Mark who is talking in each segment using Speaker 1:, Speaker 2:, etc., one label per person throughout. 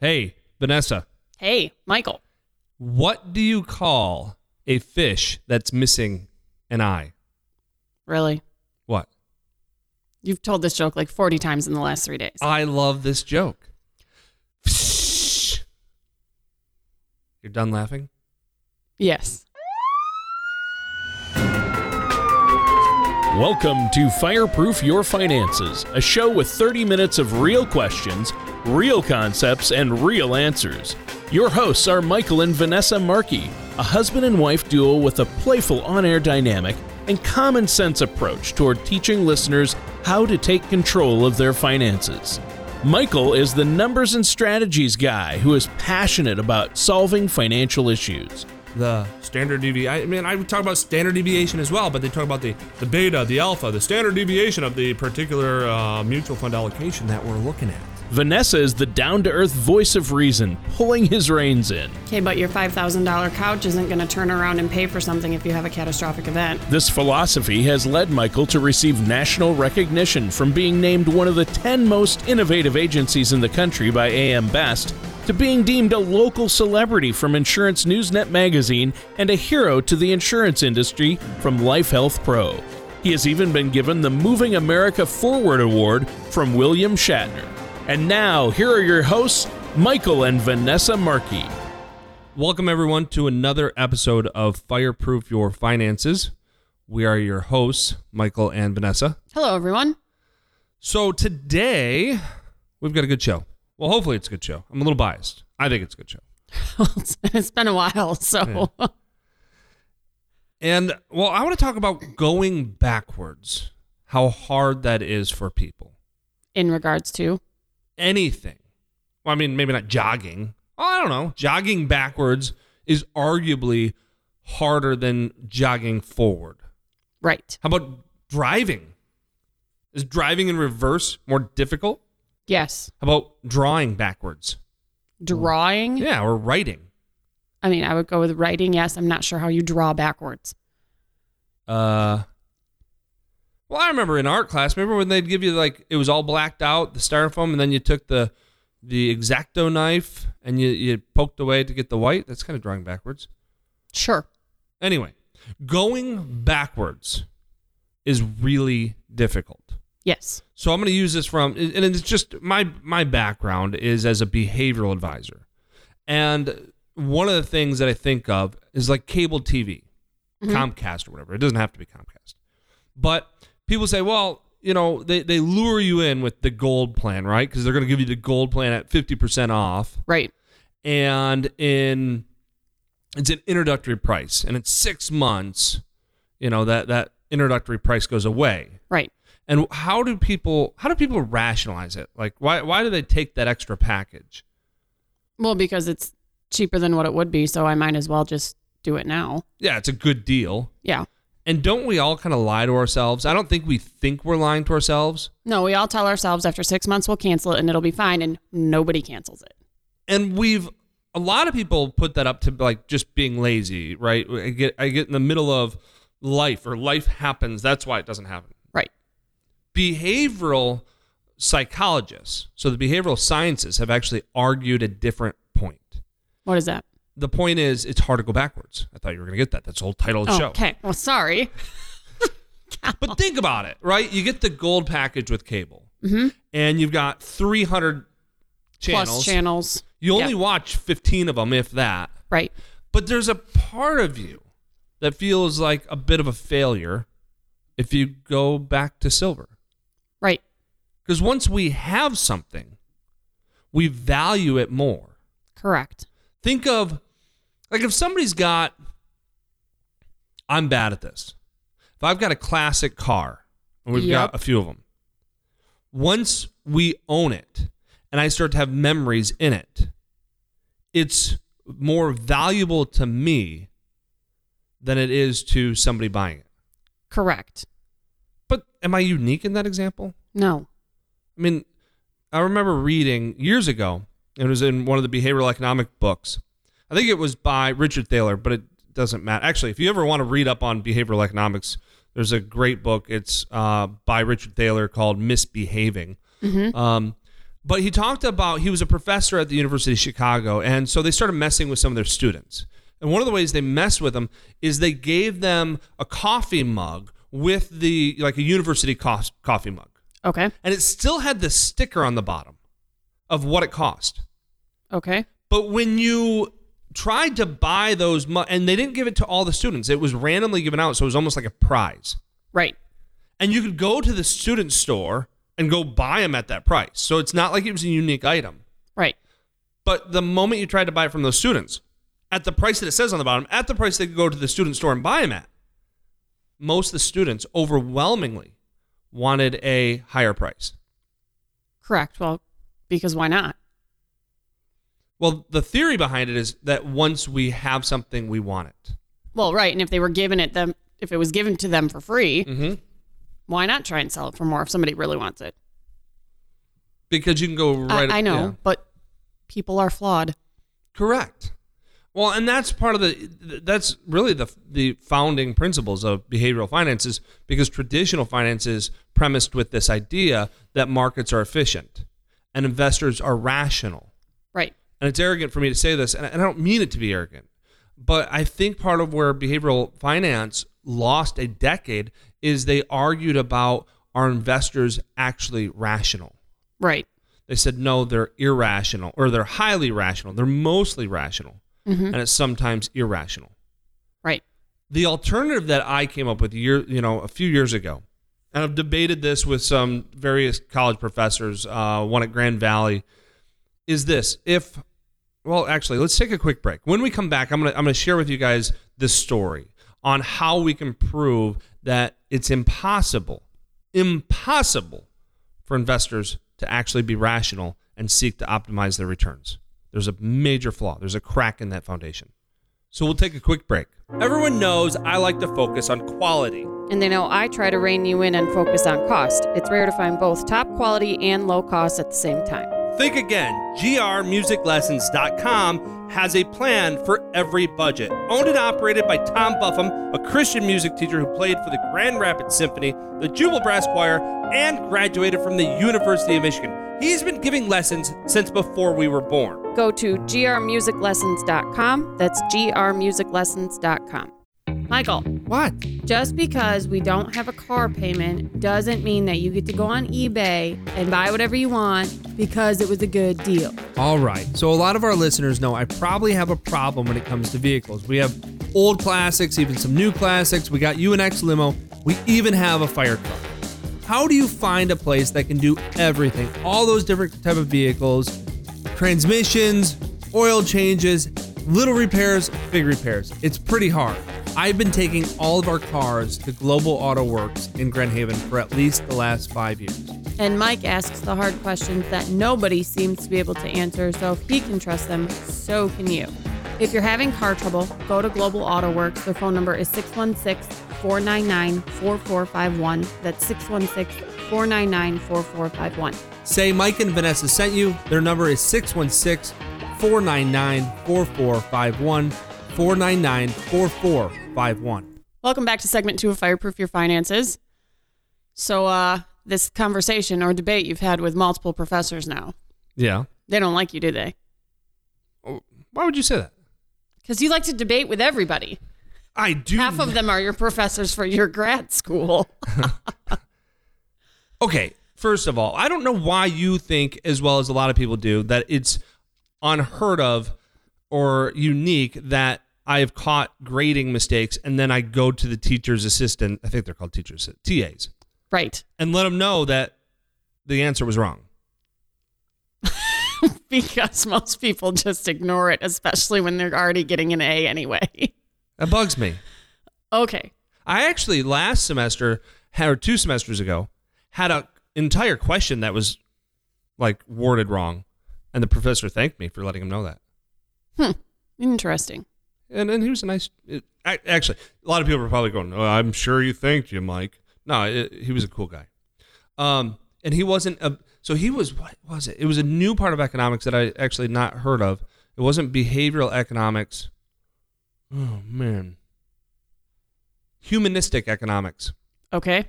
Speaker 1: Hey, Vanessa,
Speaker 2: Hey, Michael.
Speaker 1: what do you call a fish that's missing an eye?
Speaker 2: Really?
Speaker 1: What?
Speaker 2: You've told this joke like 40 times in the last three days.
Speaker 1: I love this joke. You're done laughing?
Speaker 2: yes.
Speaker 3: Welcome to Fireproof Your Finances, a show with 30 minutes of real questions, real concepts, and real answers. Your hosts are Michael and Vanessa Markey, a husband and wife duo with a playful on air dynamic and common sense approach toward teaching listeners how to take control of their finances. Michael is the numbers and strategies guy who is passionate about solving financial issues.
Speaker 4: the standard deviation. I mean, I would talk about standard deviation as well, but they talk about the, the beta, the alpha, the standard deviation of the particular uh, mutual fund allocation that we're looking at.
Speaker 3: Vanessa is the down to earth voice of reason, pulling his reins in.
Speaker 2: Okay, but your $5,000 couch isn't going to turn around and pay for something if you have a catastrophic event.
Speaker 3: This philosophy has led Michael to receive national recognition from being named one of the 10 most innovative agencies in the country by AM Best to being deemed a local celebrity from Insurance Newsnet magazine and a hero to the insurance industry from Life Health Pro. He has even been given the Moving America Forward Award from William Shatner. And now, here are your hosts, Michael and Vanessa Markey.
Speaker 1: Welcome, everyone, to another episode of Fireproof Your Finances. We are your hosts, Michael and Vanessa.
Speaker 2: Hello, everyone.
Speaker 1: So today, we've got a good show. Well, hopefully, it's a good show. I'm a little biased. I think it's a good show.
Speaker 2: it's been a while, so.
Speaker 1: And well, I want to talk about going backwards, how hard that is for people.
Speaker 2: in regards to,
Speaker 1: Anything. Well, I mean, maybe not jogging. Oh, I don't know. Jogging backwards is arguably harder than jogging forward.
Speaker 2: right.
Speaker 1: How about driving? Is driving in reverse more difficult?
Speaker 2: Yes.
Speaker 1: How about drawing backwards?
Speaker 2: Drawing.
Speaker 1: Yeah, or writing.
Speaker 2: I mean, I would go with writing. Yes. I'm not sure how you draw backwards.
Speaker 1: Uh, well, I remember in art class. Remember when they'd give you like it was all blacked out, the styrofoam, and then you took the the exacto knife and you you poked away to get the white. That's kind of drawing backwards.
Speaker 2: Sure.
Speaker 1: Anyway, going backwards is really difficult.
Speaker 2: Yes.
Speaker 1: So I'm going to use this from, and it's just my my background is as a behavioral advisor, and one of the things that I think of is like cable TV, Comcast or whatever. It doesn't have to be Comcast, but people say, well, you know, they they lure you in with the gold plan, right? Because they're going to give you the gold plan at 50% off,
Speaker 2: Right.
Speaker 1: and in it's an introductory price, and in six months, you know that that introductory price goes away
Speaker 2: Right.
Speaker 1: and how do people how do people rationalize it like why why do they take that extra package
Speaker 2: Well, because it's cheaper than what it would be, so I might as well just do it now.
Speaker 1: yeah it's a good deal
Speaker 2: Yeah.
Speaker 1: and don't we all kind of lie to ourselves i don't think we think we're lying to ourselves
Speaker 2: No, we all tell ourselves after six months we'll cancel it and it'll be fine, and nobody cancels it.
Speaker 1: and we've a lot of people put that up to like just being lazy right i get i get in the middle of life or life happens that's why it doesn't happen
Speaker 2: Right.
Speaker 1: behavioral psychologists so the behavioral sciences have actually argued a different point
Speaker 2: What is that?
Speaker 1: the point is it's hard to go backwards. I thought you were going to get that. That's the whole title of the
Speaker 2: Oh,
Speaker 1: show.
Speaker 2: okay. Well, sorry.
Speaker 1: But think about it, right? You get the gold package with cable, and you've got 300 channels.
Speaker 2: Mm-hmm. Plus channels.
Speaker 1: You only
Speaker 2: Yeah.
Speaker 1: watch 15 of them, if that.
Speaker 2: Right.
Speaker 1: But there's a part of you that feels like a bit of a failure if you go back to silver.
Speaker 2: Right.
Speaker 1: Because once we have something, we value it more.
Speaker 2: Correct.
Speaker 1: think of like if somebody's got i'm bad at this if i've got a classic car and we've
Speaker 2: Yep.
Speaker 1: got a few of them once we own it and i start to have memories in it it's more valuable to me than it is to somebody buying it
Speaker 2: Correct.
Speaker 1: but am i unique in that example
Speaker 2: No.
Speaker 1: I mean, I remember reading years ago, it was in one of the behavioral economic books. I think it was by Richard Thaler, but it doesn't matter. Actually, if you ever want to read up on behavioral economics, there's a great book. It's uh, by Richard Thaler called Misbehaving. Um, But he talked about he was a professor at the University of Chicago, and so they started messing with some of their students. And one of the ways they messed with them is they gave them a coffee mug with the like a university cost, coffee mug,
Speaker 2: Okay.
Speaker 1: and it still had the sticker on the bottom of what it cost.
Speaker 2: Okay.
Speaker 1: But when you tried to buy those, mu- and they didn't give it to all the students, it was randomly given out, so it was almost like a prize.
Speaker 2: Right.
Speaker 1: And you could go to the student store and go buy them at that price. So it's not like it was a unique item.
Speaker 2: Right.
Speaker 1: But the moment you tried to buy it from those students, at the price that it says on the bottom, at the price they could go to the student store and buy them at, most of the students overwhelmingly wanted a higher price.
Speaker 2: Correct. Well, because why not?
Speaker 1: Well, the theory behind it is that once we have something, we want it.
Speaker 2: Well, right. And if they were given it them, if it was given to them for free,
Speaker 1: Mm-hmm.
Speaker 2: why not try and sell it for more if somebody really wants it?
Speaker 1: Because you can go
Speaker 2: I-
Speaker 1: right.
Speaker 2: I, know,
Speaker 1: yeah.
Speaker 2: but people are flawed.
Speaker 1: Correct. Well, and that's part of the that's really the the founding principles of behavioral finances because traditional finance is premised with this idea that markets are efficient and investors are rational.
Speaker 2: Right.
Speaker 1: And it's arrogant for me to say this, and I and I don't mean it to be arrogant, but I think part of where behavioral finance lost a decade is they argued about are investors actually rational.
Speaker 2: Right.
Speaker 1: They said, no, they're irrational or they're highly rational. They're mostly rational and it's sometimes irrational.
Speaker 2: Right.
Speaker 1: The alternative that I came up with year, you know, a few years ago, and I've debated this with some various college professors, uh, one at Grand Valley, is this. If, well, actually, let's take a quick break. When we come back, I'm going to I'm going to share with you guys this story on how we can prove that it's impossible, impossible for investors to actually be rational and seek to optimize their returns. There's a major flaw, there's a crack in that foundation. So we'll take a quick break. Everyone knows I like to focus on quality.
Speaker 2: And they know I try to rein you in and focus on cost. It's rare to find both top quality and low cost at the same time.
Speaker 1: Think again. GRMusicLessons.com has a plan for every budget. Owned and operated by Tom Buffum, a Christian music teacher who played for the Grand Rapids Symphony, the Jubal Brass Choir, and graduated from the University of Michigan. He's been giving lessons since before we were born.
Speaker 2: Go to grmusiclessons.com. That's grmusiclessons.com. Michael,
Speaker 1: What?
Speaker 2: just because we don't have a car payment doesn't mean that you get to go on eBay and buy whatever you want because it was a good deal.
Speaker 1: All right. So a lot of our listeners know I probably have a problem when it comes to vehicles. We have old classics, even some new classics. We got UNX limo. We even have a fire truck. How do you find a place that can do everything? All those different type of vehicles, transmissions, oil changes, little repairs, big repairs. It's pretty hard. I've been taking all of our cars to Global Auto Works in Grand Haven for at least the last 5 years.
Speaker 2: And Mike asks the hard questions that nobody seems to be able to answer, so if he can trust them, so can you. If you're having car trouble, go to Global Auto Works. Their phone number is 616 499 4451. That's 616 499 4451.
Speaker 1: Say Mike and Vanessa sent you. Their number is 616 499 4451. 499 4451.
Speaker 2: Welcome back to segment two of Fireproof Your Finances. So, uh, this conversation or debate you've had with multiple professors now,
Speaker 1: Yeah.
Speaker 2: they don't like you, do they?
Speaker 1: Why would you say that?
Speaker 2: Because you like to debate with everybody.
Speaker 1: I do.
Speaker 2: Half of them are your professors for your grad school.
Speaker 1: Okay. First of all, I don't know why you think, as well as a lot of people do, that it's unheard of or unique that I have caught grading mistakes and then I go to the teacher's assistant. I think they're called teachers, TAs,
Speaker 2: Right.
Speaker 1: and let them know that the answer was wrong.
Speaker 2: Because most people just ignore it, especially when they're already getting an A anyway.
Speaker 1: That bugs me.
Speaker 2: okay.
Speaker 1: I actually last semester had- or two semesters ago had a entire question that was like worded wrong, and the professor thanked me for letting him know that.
Speaker 2: Hmm. Interesting.
Speaker 1: And and he was a nice. It, ac- actually, a lot of people were probably going, oh, "I'm sure you thanked you, Mike." No, it, he was a cool guy. Um, and he wasn't a. So he was what was it? It was a new part of economics that I actually not heard of. It wasn't behavioral economics. Oh man. Humanistic economics.
Speaker 2: Okay.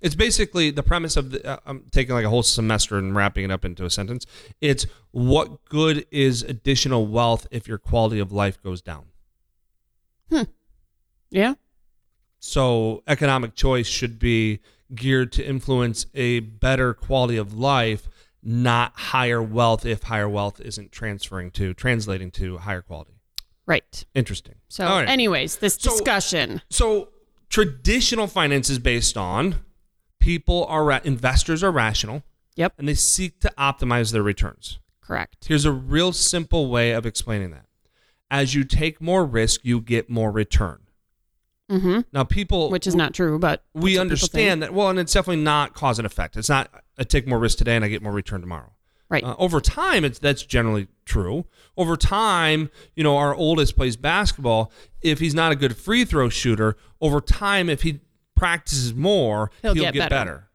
Speaker 1: It's basically the premise of the, uh, I'm taking like a whole semester and wrapping it up into a sentence. It's what good is additional wealth if your quality of life goes down?
Speaker 2: Yeah.
Speaker 1: So economic choice should be geared to influence a better quality of life, not higher wealth if higher wealth isn't transferring to, translating to higher quality.
Speaker 2: Right.
Speaker 1: Interesting.
Speaker 2: So,
Speaker 1: All right.
Speaker 2: anyways, this
Speaker 1: So-
Speaker 2: discussion.
Speaker 1: So traditional finance is based on people are ra- investors are rational
Speaker 2: Yep.
Speaker 1: and they seek to optimize their returns.
Speaker 2: Correct.
Speaker 1: Here's a real simple way of explaining that. As you take more risk, you get more return.
Speaker 2: Mm-hmm.
Speaker 1: Now people
Speaker 2: Which is not true, but
Speaker 1: we
Speaker 2: that's what people think.
Speaker 1: understand that well and it's definitely not cause and effect. It's not I take more risk today and I get more return tomorrow.
Speaker 2: Right.
Speaker 1: Uh, over time, it's that's generally true. Over time, you know, our oldest plays basketball. If he's not a good free throw shooter, over time, if he practices more,
Speaker 2: He'll
Speaker 1: he'll,
Speaker 2: get
Speaker 1: get,
Speaker 2: better.
Speaker 1: better.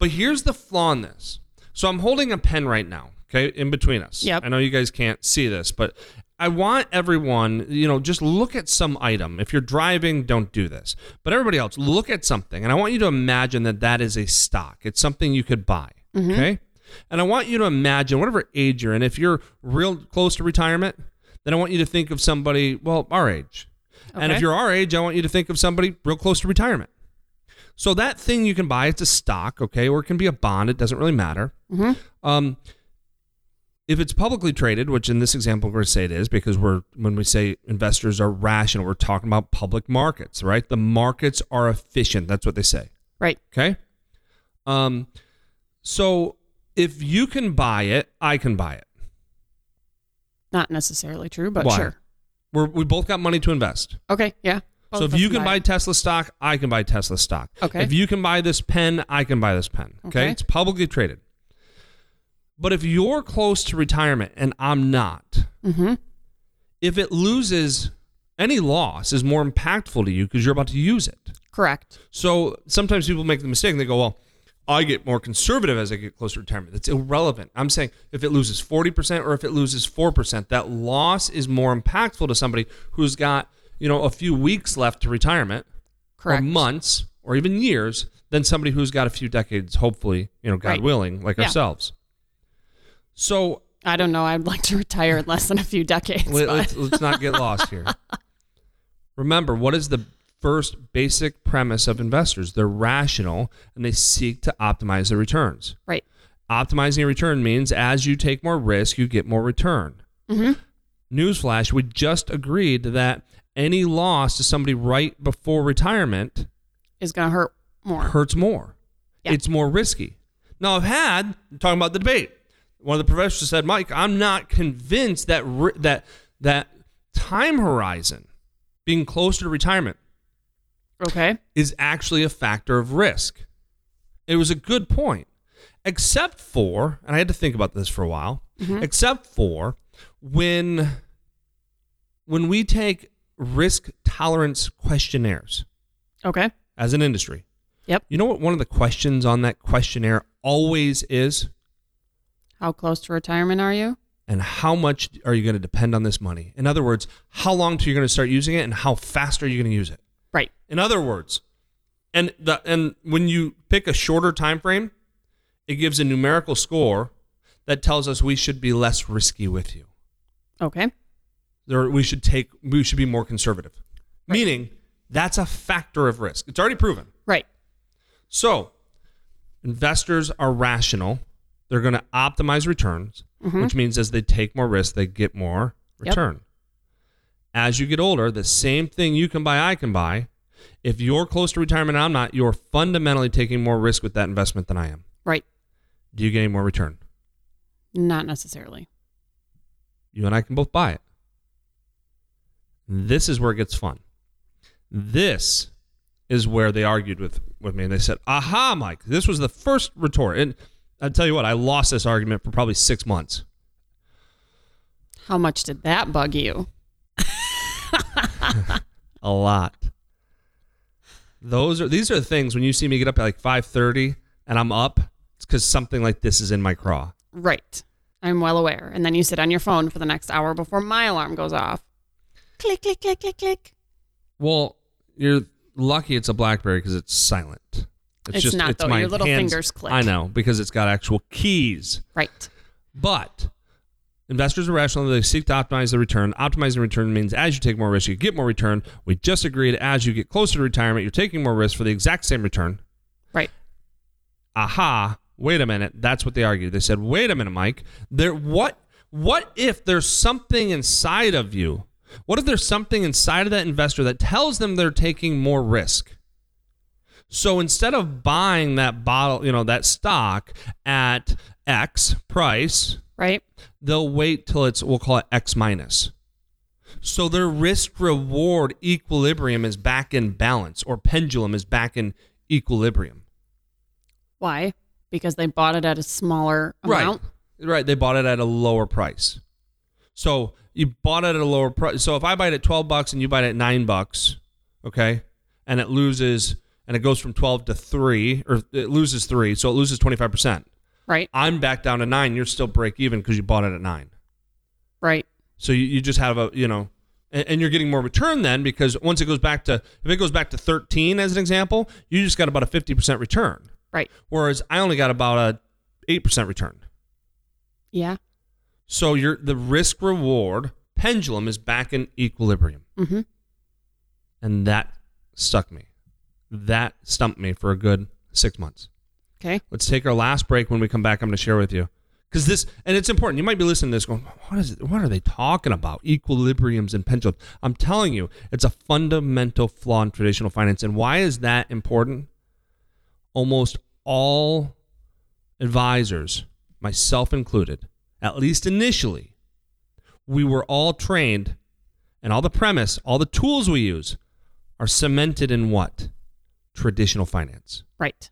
Speaker 1: But here's the flaw in this. So I'm holding a pen right now, okay, in between us.
Speaker 2: Yep.
Speaker 1: I know you guys can't see this, but I want everyone, you know, just look at some item. If you're driving, don't do this. But everybody else, look at something. And I want you to imagine that that is a stock, it's something you could buy,
Speaker 2: Mm-hmm.
Speaker 1: okay? And I want you to imagine, whatever age you're in, if you're real close to retirement, then I want you to think of somebody, well, our age. And
Speaker 2: Okay.
Speaker 1: if you're our age, I want you to think of somebody real close to retirement. So that thing you can buy, it's a stock, okay, or it can be a bond. It doesn't really matter.
Speaker 2: Mm-hmm.
Speaker 1: Um, if it's publicly traded, which in this example we're going to say it is, because we're when we say investors are rational, we're talking about public markets, right? The markets are efficient. That's what they say.
Speaker 2: Right.
Speaker 1: Okay. Um, so if you can buy it, I can buy it.
Speaker 2: Not necessarily true, but
Speaker 1: Why?
Speaker 2: sure.
Speaker 1: We're, we both got money to invest.
Speaker 2: Okay. Yeah. Both
Speaker 1: so
Speaker 2: of
Speaker 1: if
Speaker 2: us
Speaker 1: you can buy
Speaker 2: it.
Speaker 1: Tesla stock, I can buy Tesla stock.
Speaker 2: Okay.
Speaker 1: If you can buy this pen, I can buy this pen. Okay.
Speaker 2: Okay.
Speaker 1: It's publicly traded. But if you're close to retirement and I'm not,
Speaker 2: Mhm.
Speaker 1: if it loses, any loss is more impactful to you because you're about to use it.
Speaker 2: Correct.
Speaker 1: So sometimes people make the mistake and they go, well, I get more conservative as I get closer to retirement. That's irrelevant. I'm saying if it loses 40% or if it loses 4%, that loss is more impactful to somebody who's got, you know, a few weeks left to retirement
Speaker 2: Correct.
Speaker 1: or months or even years than somebody who's got a few decades, hopefully, you know, God
Speaker 2: Right.
Speaker 1: willing, like
Speaker 2: Yeah.
Speaker 1: ourselves. So
Speaker 2: I don't know. I'd like to retire in less than a few decades.
Speaker 1: let,
Speaker 2: but-
Speaker 1: us let's not get lost here. Remember, what is the first basic premise of investors? They're rational and they seek to optimize their returns.
Speaker 2: right.
Speaker 1: Optimizing your return means as you take more risk, you get more return.
Speaker 2: Mm-hmm.
Speaker 1: Newsflash, we just agreed that any loss to somebody right before retirement
Speaker 2: Is going to hurt more.
Speaker 1: hurts more.
Speaker 2: Yeah.
Speaker 1: It's more risky. Now, I've had talking about the debate. One of the professors said, "Mike, I'm not convinced that ri- that that time horizon, being closer to retirement,
Speaker 2: Okay.
Speaker 1: is actually a factor of risk." It was a good point, except for, and I had to think about this for a while.
Speaker 2: Mm-hmm.
Speaker 1: Except for when when we take risk tolerance questionnaires
Speaker 2: Okay.
Speaker 1: as an industry.
Speaker 2: Yep.
Speaker 1: You know what one of the questions on that questionnaire always is?
Speaker 2: How close to retirement are you?
Speaker 1: And how much are you going to depend on this money? In other words, how long till you're going to start using it and how fast are you going to use it?
Speaker 2: Right.
Speaker 1: In other words, and the and when you pick a shorter time frame, it gives a numerical score that tells us we should be less risky with you.
Speaker 2: Okay.
Speaker 1: There, we should take we should be more conservative. Meaning that's a factor of risk. It's already proven.
Speaker 2: Right.
Speaker 1: So, investors are rational. They're going to optimize returns, which means as they take more risk, they get more
Speaker 2: Mm-hmm. Yep.
Speaker 1: return. As you get older, the same thing you can buy, I can buy. If you're close to retirement and I'm not, you're fundamentally taking more risk with that investment than I am.
Speaker 2: Right.
Speaker 1: Do you get any more return?
Speaker 2: Not necessarily.
Speaker 1: You and I can both buy it. This is where it gets fun. This is where they argued with, with me and they said, Aha, Mike, this was the first retort. And I'll tell you what, I lost this argument for probably six months.
Speaker 2: How much did that bug you?
Speaker 1: A lot. Those are these are the things when you see me get up at like five thirty and I'm up, it's because something like this is in my craw.
Speaker 2: Right. I'm well aware. And then you sit on your phone for the next hour before my alarm goes off. Click, click, click, click, click.
Speaker 1: Well, you're lucky it's a BlackBerry because it's silent. It's,
Speaker 2: It's
Speaker 1: just
Speaker 2: not,
Speaker 1: it's
Speaker 2: though.
Speaker 1: my
Speaker 2: Your little
Speaker 1: hands-
Speaker 2: fingers click.
Speaker 1: I know because it's got actual keys.
Speaker 2: Right.
Speaker 1: But investors are rational. They seek to optimize the return. Optimizing return means as you take more risk, you get more return. We just agreed as you get closer to retirement, you're taking more risk for the exact same return.
Speaker 2: Right.
Speaker 1: Aha, wait a minute. That's what they argued. They said, wait a minute, Mike. There what what if there's something inside of you? What if there's something inside of that investor that tells them they're taking more risk? So instead of buying that bottle, you know, that stock at X price,
Speaker 2: Right.
Speaker 1: they'll wait till it's we'll call it X minus. So their risk reward equilibrium is back in balance or pendulum is back in equilibrium.
Speaker 2: Why? Because they bought it at a smaller amount.
Speaker 1: Right. Right. They bought it at a lower price. So you bought it at a lower price. So if I buy it at 12 bucks and you buy it at nine bucks, okay, and it loses and it goes from 12 to three or it loses three. So it loses 25%.
Speaker 2: Right.
Speaker 1: I'm back down to nine. You're still break even because you bought it at nine.
Speaker 2: Right.
Speaker 1: So you, you just have a, you know, and, and you're getting more return then because once it goes back to, if it goes back to 13 as an example, you just got about a 50% return.
Speaker 2: Right.
Speaker 1: Whereas I only got about a 8% return.
Speaker 2: Yeah.
Speaker 1: So your the risk reward pendulum is back in equilibrium,
Speaker 2: Mm-hmm.
Speaker 1: and that stuck me. That stumped me for a good six months.
Speaker 2: Okay.
Speaker 1: Let's take our last break. When we come back, I'm going to share with you because this and it's important. You might be listening to this going, "What is? It, what are they talking about? Equilibriums and pendulums?" I'm telling you, it's a fundamental flaw in traditional finance. And why is that important? Almost all advisors, myself included, at least initially, we were all trained, and all the premise, all the tools we use, are cemented in what traditional finance.
Speaker 2: Right.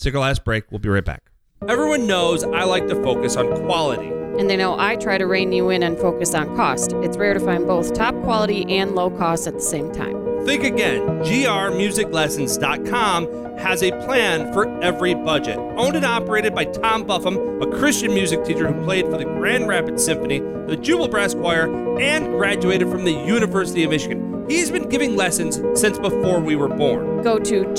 Speaker 1: Take our last break. We'll be right back. Everyone knows I like to focus on quality.
Speaker 2: And they know I try to rein you in and focus on cost. It's rare to find both top quality and low cost at the same time.
Speaker 5: Think again. GRMusicLessons.com has a plan for every budget. Owned and operated by Tom Buffum, a Christian music teacher who played for the Grand Rapids Symphony, the Jubal Brass Choir, and graduated from the University of Michigan. He's been giving lessons since before we were born.
Speaker 2: Go to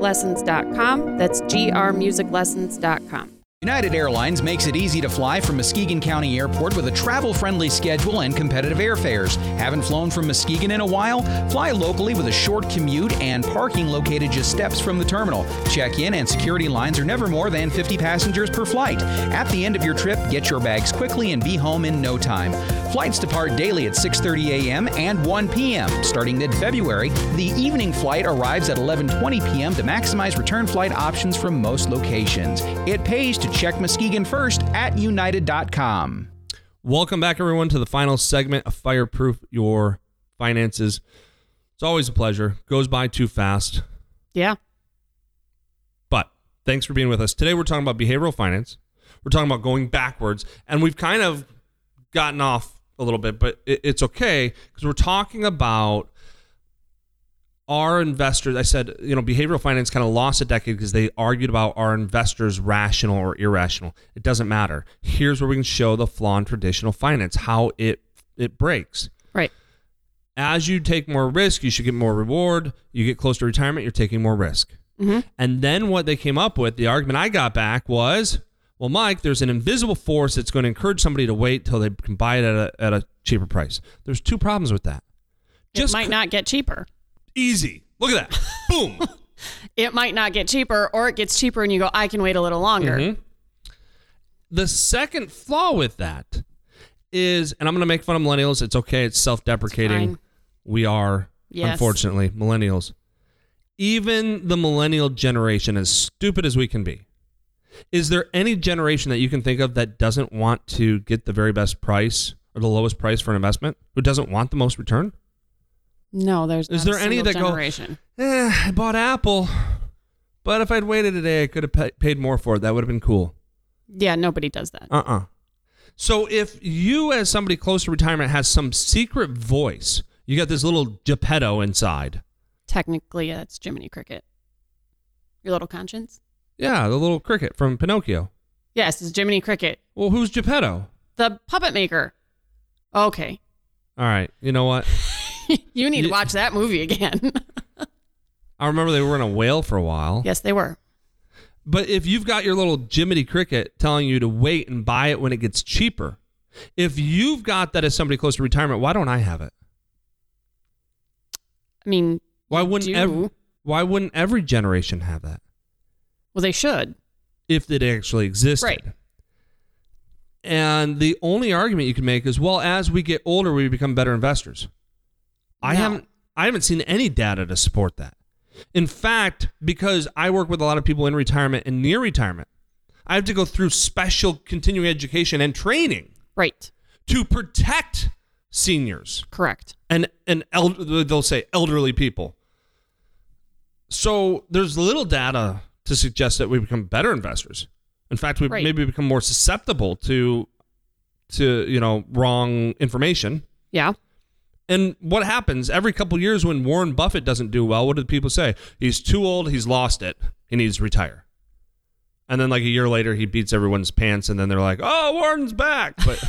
Speaker 2: grmusiclessons.com. That's grmusiclessons.com.
Speaker 6: United Airlines makes it easy to fly from Muskegon County Airport with a travel friendly schedule and competitive airfares. Haven't flown from Muskegon in a while? Fly locally with a short commute and parking located just steps from the terminal. Check in and security lines are never more than 50 passengers per flight. At the end of your trip, get your bags quickly and be home in no time. Flights depart daily at 6:30 a.m. and 1 p.m. Starting mid-February, the evening flight arrives at 11:20 p.m. to maximize return flight options from most locations. It pays to check Muskegon first at united.com.
Speaker 1: Welcome back, everyone, to the final segment of Fireproof Your Finances. It's always a pleasure. Goes by too fast,
Speaker 2: Yeah.
Speaker 1: but thanks for being with us. Today, we're talking about behavioral finance. We're talking about going backwards, and we've kind of gotten off a little bit, but it, it's okay because we're talking about our investors. I said, you know, behavioral finance kind of lost a decade because they argued about our investors rational or irrational. It doesn't matter. Here's where we can show the flaw in traditional finance, how it it breaks
Speaker 2: Right.
Speaker 1: as you take more risk, you should get more reward. You get close to retirement, you're taking more risk.
Speaker 2: Mm-hmm.
Speaker 1: And then what they came up with, the argument I got back was, well, Mike, there's an invisible force that's going to encourage somebody to wait till they can buy it at a, at a cheaper price. There's two problems with that.
Speaker 2: it might
Speaker 1: cr-
Speaker 2: not get cheaper.
Speaker 1: easy. Look at that. Boom.
Speaker 2: It might not get cheaper, or it gets cheaper and you go, I can wait a little longer.
Speaker 1: Mhm. The second flaw with that is, and I'm going to make fun of millennials. It's okay. It's self
Speaker 2: It's fine.
Speaker 1: deprecating. We are,
Speaker 2: Yes.
Speaker 1: unfortunately, millennials. Even the millennial generation, as stupid as we can be, is there any generation that you can think of that doesn't want to get the very best price or the lowest price for an investment? Who doesn't want the most return?
Speaker 2: No, there's
Speaker 1: Is
Speaker 2: not a
Speaker 1: there any
Speaker 2: single
Speaker 1: that go-
Speaker 2: generation.
Speaker 1: Eh, I bought Apple, but if I'd waited a day, I could have pa- paid more for it. That would have been cool.
Speaker 2: Yeah, nobody does that.
Speaker 1: Uh uh So if you, as somebody close to retirement, has some secret voice, you got this little Geppetto inside.
Speaker 2: Technically, yeah, that's Jiminy Cricket. Your little conscience?
Speaker 1: Yeah, the little cricket from Pinocchio.
Speaker 2: Yes, it's Jiminy Cricket,
Speaker 1: Well, who's Geppetto?
Speaker 2: the puppet maker. Okay.
Speaker 1: All right, you know what?
Speaker 2: you need to
Speaker 1: Ye-
Speaker 2: watch that movie again.
Speaker 1: I remember they were in a whale for a while.
Speaker 2: Yes, they were.
Speaker 1: But if you've got your little Jiminy Cricket telling you to wait and buy it when it gets cheaper, if you've got that as somebody close to retirement, why don't I have it?
Speaker 2: I mean,
Speaker 1: Why wouldn't
Speaker 2: do.
Speaker 1: every, why wouldn't every generation have that
Speaker 2: well, they should.
Speaker 1: if it actually existed?
Speaker 2: Right.
Speaker 1: And the only argument you can make is, well, as we get older, we become better investors. I
Speaker 2: No.
Speaker 1: haven't I haven't seen any data to support that. In fact, because I work with a lot of people in retirement and near retirement, I have to go through special continuing education and training
Speaker 2: Right.
Speaker 1: to protect seniors
Speaker 2: Correct.
Speaker 1: and and elder, they'll say elderly people. So there's little data to suggest that we become better investors. In fact, we
Speaker 2: Right.
Speaker 1: maybe become more susceptible to to you know wrong information.
Speaker 2: Yeah.
Speaker 1: And what happens every couple years when Warren Buffett doesn't do well? What do the people say? He's too old. He's lost it. He needs to retire. And then like a year later, he beats everyone's pants, and then they're like, "Oh, Warren's back!" But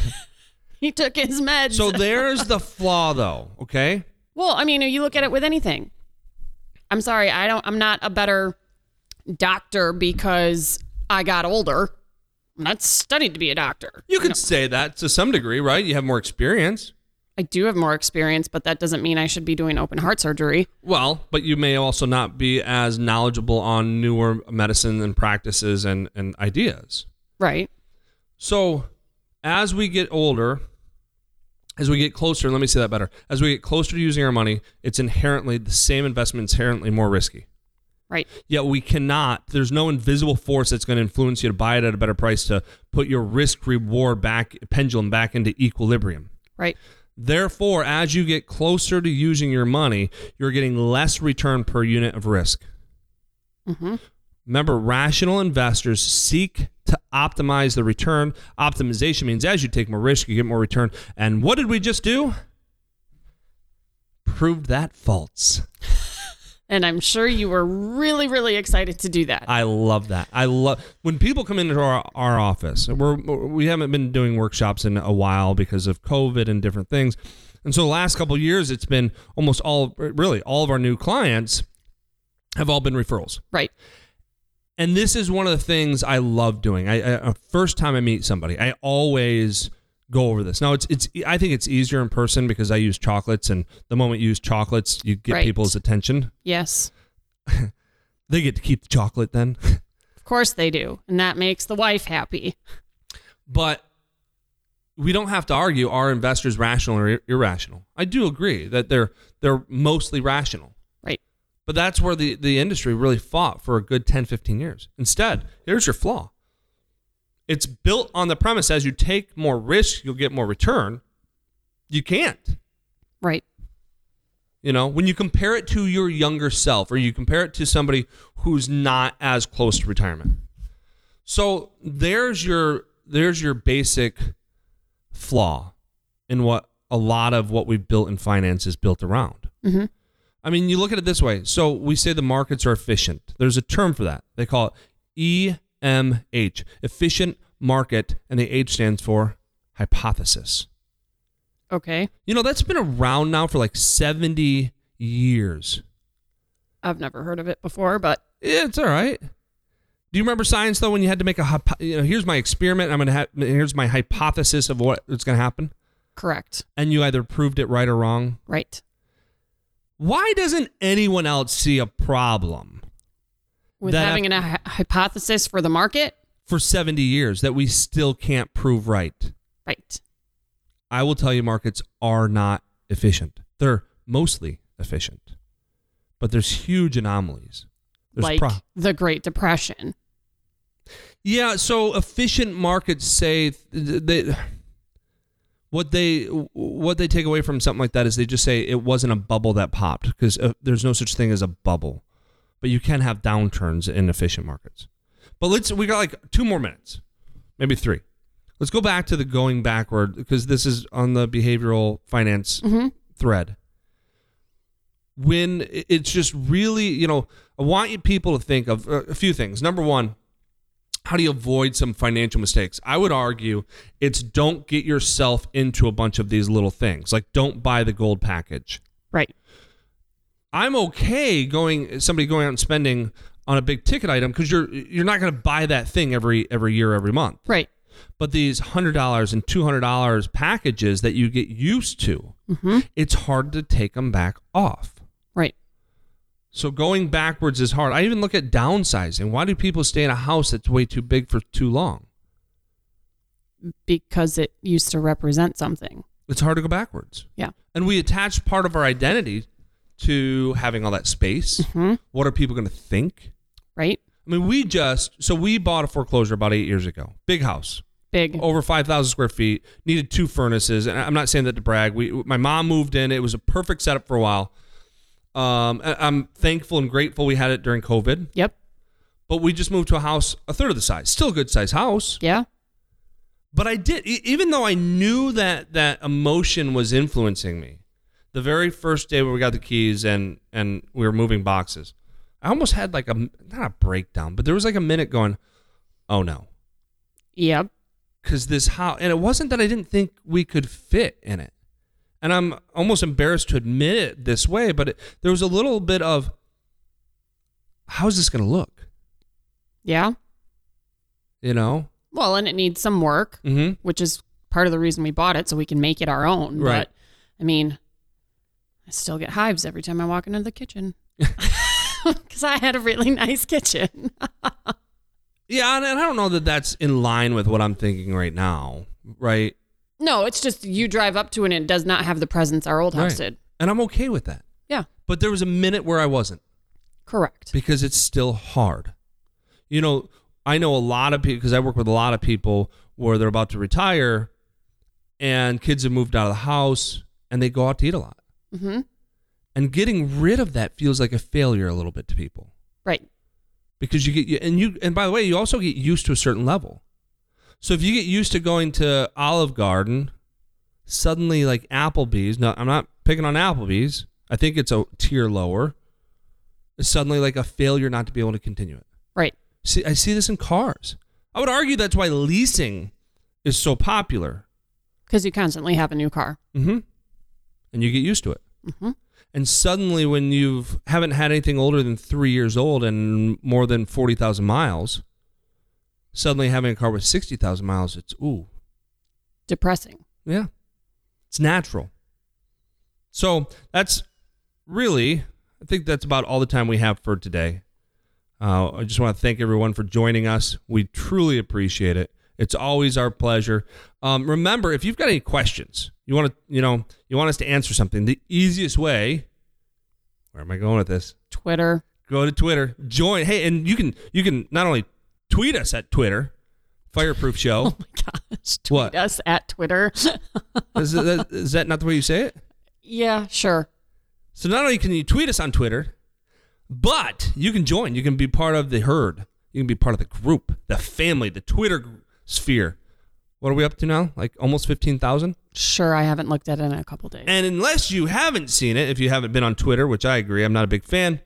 Speaker 2: He took his meds.
Speaker 1: so there's the flaw, though. Okay.
Speaker 2: Well, I mean, you look at it with anything. I'm sorry, I don't I'm not a better doctor because I got older. I'm not studied to be a doctor.
Speaker 1: You could say that to some degree, right? You have more experience.
Speaker 2: I do have more experience, but that doesn't mean I should be doing open heart surgery.
Speaker 1: Well, but you may also not be as knowledgeable on newer medicine and practices and, and ideas.
Speaker 2: Right.
Speaker 1: So, as we get older, as we get closer, let me say that better. As we get closer to using our money, it's inherently the same investment, inherently more risky.
Speaker 2: Right.
Speaker 1: Yet we cannot, there's no invisible force that's going to influence you to buy it at a better price to put your risk reward back, pendulum back into equilibrium.
Speaker 2: Right.
Speaker 1: Therefore, as you get closer to using your money, you're getting less return per unit of risk.
Speaker 2: Mhm.
Speaker 1: Remember, rational investors seek to optimize the return. Optimization means as you take more risk, you get more return. And what did we just do? Proved that false.
Speaker 2: And I'm sure you were really, really excited to do that.
Speaker 1: I love that. I love when people come into our, our office. We're we haven't been doing workshops in a while because of COVID and different things. And so the last couple of years, it's been almost all really all of our new clients have all been referrals.
Speaker 2: right.
Speaker 1: And this is one of the things I love doing. I, I first time I meet somebody, I always go over this. Now it's it's I think it's easier in person because I use chocolates, and the moment you use chocolates, you get
Speaker 2: Right.
Speaker 1: people's attention.
Speaker 2: Yes.
Speaker 1: They get to keep the chocolate then.
Speaker 2: Of course they do. And that makes the wife happy.
Speaker 1: but we don't have to argue are investors rational or ir- irrational. I do agree that they're they're mostly rational.
Speaker 2: Right.
Speaker 1: But that's where the, the industry really fought for a good 10, 15 years. Instead, here's your flaw. It's built on the premise as you take more risk, you'll get more return. You can't.
Speaker 2: Right.
Speaker 1: You know, when you compare it to your younger self or you compare it to somebody who's not as close to retirement. So there's your there's your basic flaw in what a lot of what we've built in finance is built around.
Speaker 2: Mhm.
Speaker 1: I mean, you look at it this way. So we say the markets are efficient. There's a term for that. They call it EMH, efficient market, and the H stands for hypothesis.
Speaker 2: Okay.
Speaker 1: You know, that's been around now for like 70 years.
Speaker 2: I've never heard of it before, but
Speaker 1: Yeah, it's all right. Do you remember science though when you had to make a hypo- you know, here's my experiment, I'm going to have here's my hypothesis of what it's going to happen
Speaker 2: correct.
Speaker 1: and you either proved it right or wrong?
Speaker 2: Right.
Speaker 1: Why doesn't anyone else see a problem
Speaker 2: With
Speaker 1: That
Speaker 2: having an, a hypothesis for the market.
Speaker 1: for 70 years that we still can't prove right?
Speaker 2: Right.
Speaker 1: I will tell you markets are not efficient. They're mostly efficient. But there's huge anomalies. There's
Speaker 2: like
Speaker 1: pro-
Speaker 2: the Great Depression.
Speaker 1: Yeah, so efficient markets say th- they what they what they take away from something like that is they just say it wasn't a bubble that popped because uh, there's no such thing as a bubble. But you can have downturns in efficient markets. But let's we got like 2 more minutes. Maybe 3. Let's go back to the going backward because this is on the behavioral finance thread. When it- it's just really, you know, I want you people to think of uh, a few things. Number 1, how do you avoid some financial mistakes? I would argue it's don't get yourself into a bunch of these little things. Like don't buy the gold package.
Speaker 2: Right.
Speaker 1: I'm okay going somebody going out and spending on a big ticket item because you're you're not going to buy that thing every every year every month.
Speaker 2: Right.
Speaker 1: But these hundred dollars and two hundred dollars packages that you get used to, it's hard to take them back off.
Speaker 2: Mm-hmm. Right.
Speaker 1: So going backwards is hard. I even look at downsizing. Why do people stay in a house that's way too big for too long?
Speaker 2: Because it used to represent something.
Speaker 1: It's hard to go backwards.
Speaker 2: Yeah.
Speaker 1: And we attach part of our identity to having all that space.
Speaker 2: Mm-hmm.
Speaker 1: What are people going to think?
Speaker 2: Right.
Speaker 1: I mean, we just so we bought a foreclosure about eight years ago. Big house,
Speaker 2: Big.
Speaker 1: over five thousand square feet. Needed two furnaces, and I'm not saying that to brag. We, my mom moved in. It was a perfect setup for a while. Um, I- I'm thankful and grateful we had it during COVID.
Speaker 2: Yep.
Speaker 1: But we just moved to a house a third of the size. Still a good size house.
Speaker 2: Yeah.
Speaker 1: But I did, e- even though I knew that that emotion was influencing me. The very first day where we got the keys and and we were moving boxes, I almost had like a not a breakdown, but there was like a minute going, "Oh no,"
Speaker 2: Yep.
Speaker 1: because this house, and it wasn't that I didn't think we could fit in it, and I'm almost embarrassed to admit it this way, but it, there was a little bit of, "How is this going to look?"
Speaker 2: Yeah.
Speaker 1: You know.
Speaker 2: Well, and it needs some work,
Speaker 1: Mm-hmm.
Speaker 2: which is part of the reason we bought it, so we can make it our own.
Speaker 1: Right.
Speaker 2: But I mean, I still get hives every time I walk into the kitchen because I had a really nice kitchen.
Speaker 1: Yeah, and and I don't know that that's in line with what I'm thinking right now, right?
Speaker 2: No, it's just you drive up to it and it does not have the presence our old house
Speaker 1: Right.
Speaker 2: did.
Speaker 1: And I'm okay with that.
Speaker 2: Yeah,
Speaker 1: But there was a minute where I wasn't
Speaker 2: correct.
Speaker 1: because it's still hard. You know, I know a lot of people because I work with a lot of people where they're about to retire and kids have moved out of the house and they go out to eat a lot.
Speaker 2: hmm
Speaker 1: And getting rid of that feels like a failure a little bit to people
Speaker 2: Right.
Speaker 1: because you get you and you and by the way, you also get used to a certain level. So if you get used to going to Olive Garden, suddenly like Applebee's. No, I'm not picking on Applebee's. I think it's a tier lower. It's suddenly like a failure not to be able to continue it.
Speaker 2: Right.
Speaker 1: See, I see this in cars. I would argue that's why leasing is so popular.
Speaker 2: Because you constantly have a new car.
Speaker 1: Mm-hmm. And you get used to it.
Speaker 2: Mhm.
Speaker 1: And suddenly, when you haven't had anything older than three years old and more than forty thousand miles, suddenly having a car with sixty thousand miles, it's ooh,
Speaker 2: Depressing.
Speaker 1: yeah. It's natural. So that's really, I think that's about all the time we have for today. Uh, I just want to thank everyone for joining us. We truly appreciate it. It's always our pleasure. Um, remember, if you've got any questions, you want to, you know, you want us to answer something, the easiest way. Where am I going with this?
Speaker 2: Twitter.
Speaker 1: Go to Twitter. Join. Hey, and you can you can not only tweet us at Twitter, Fireproof Show.
Speaker 2: Oh my gosh. Tweet
Speaker 1: What?
Speaker 2: us at Twitter.
Speaker 1: is, that, is that not the way you say it?
Speaker 2: yeah, sure.
Speaker 1: So not only can you tweet us on Twitter, but you can join. You can be part of the herd. You can be part of the group, the family, the Twitter gr- sphere. What are we up to now? Like almost 15,000?
Speaker 2: Sure, I haven't looked at it in a couple days.
Speaker 1: And unless you haven't seen it, if you haven't been on Twitter, which I agree, I'm not a big fan,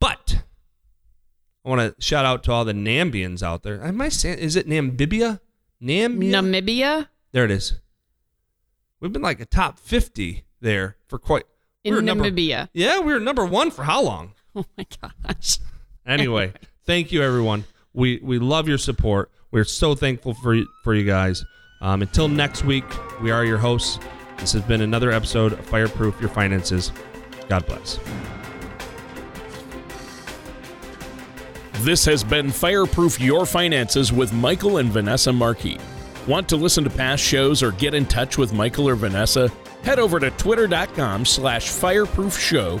Speaker 1: but I want to shout out to all the Nambians out there. Am I saying, is it Namibia? Nambia?
Speaker 2: Namibia?
Speaker 1: there it is. We've been like a top 50 there for quite. we
Speaker 2: In
Speaker 1: were number-
Speaker 2: Namibia.
Speaker 1: yeah, we were number one for how long?
Speaker 2: Oh my gosh.
Speaker 1: Anyway, thank you everyone. We we love your support. We're so thankful for you, for you guys. Um, until next week, we are your hosts. This has been another episode of Fireproof Your Finances. God bless.
Speaker 3: This has been Fireproof Your Finances with Michael and Vanessa Markey. Want to listen to past shows or get in touch with Michael or Vanessa? Head over to twitter.com slash fireproof show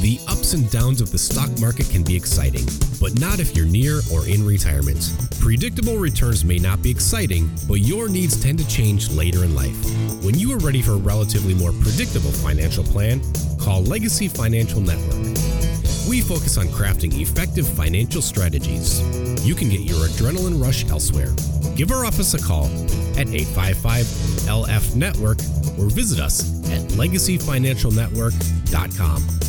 Speaker 7: The ups and downs of the stock market can be exciting, but not if you're near or in retirement. Predictable returns may not be exciting, but your needs tend to change later in life. When you are ready for a relatively more predictable financial plan, call Legacy Financial Network. we focus on crafting effective financial strategies. You can get your adrenaline rush elsewhere. Give our office a call at 855 LF Network or visit us at legacyfinancialnetwork.com.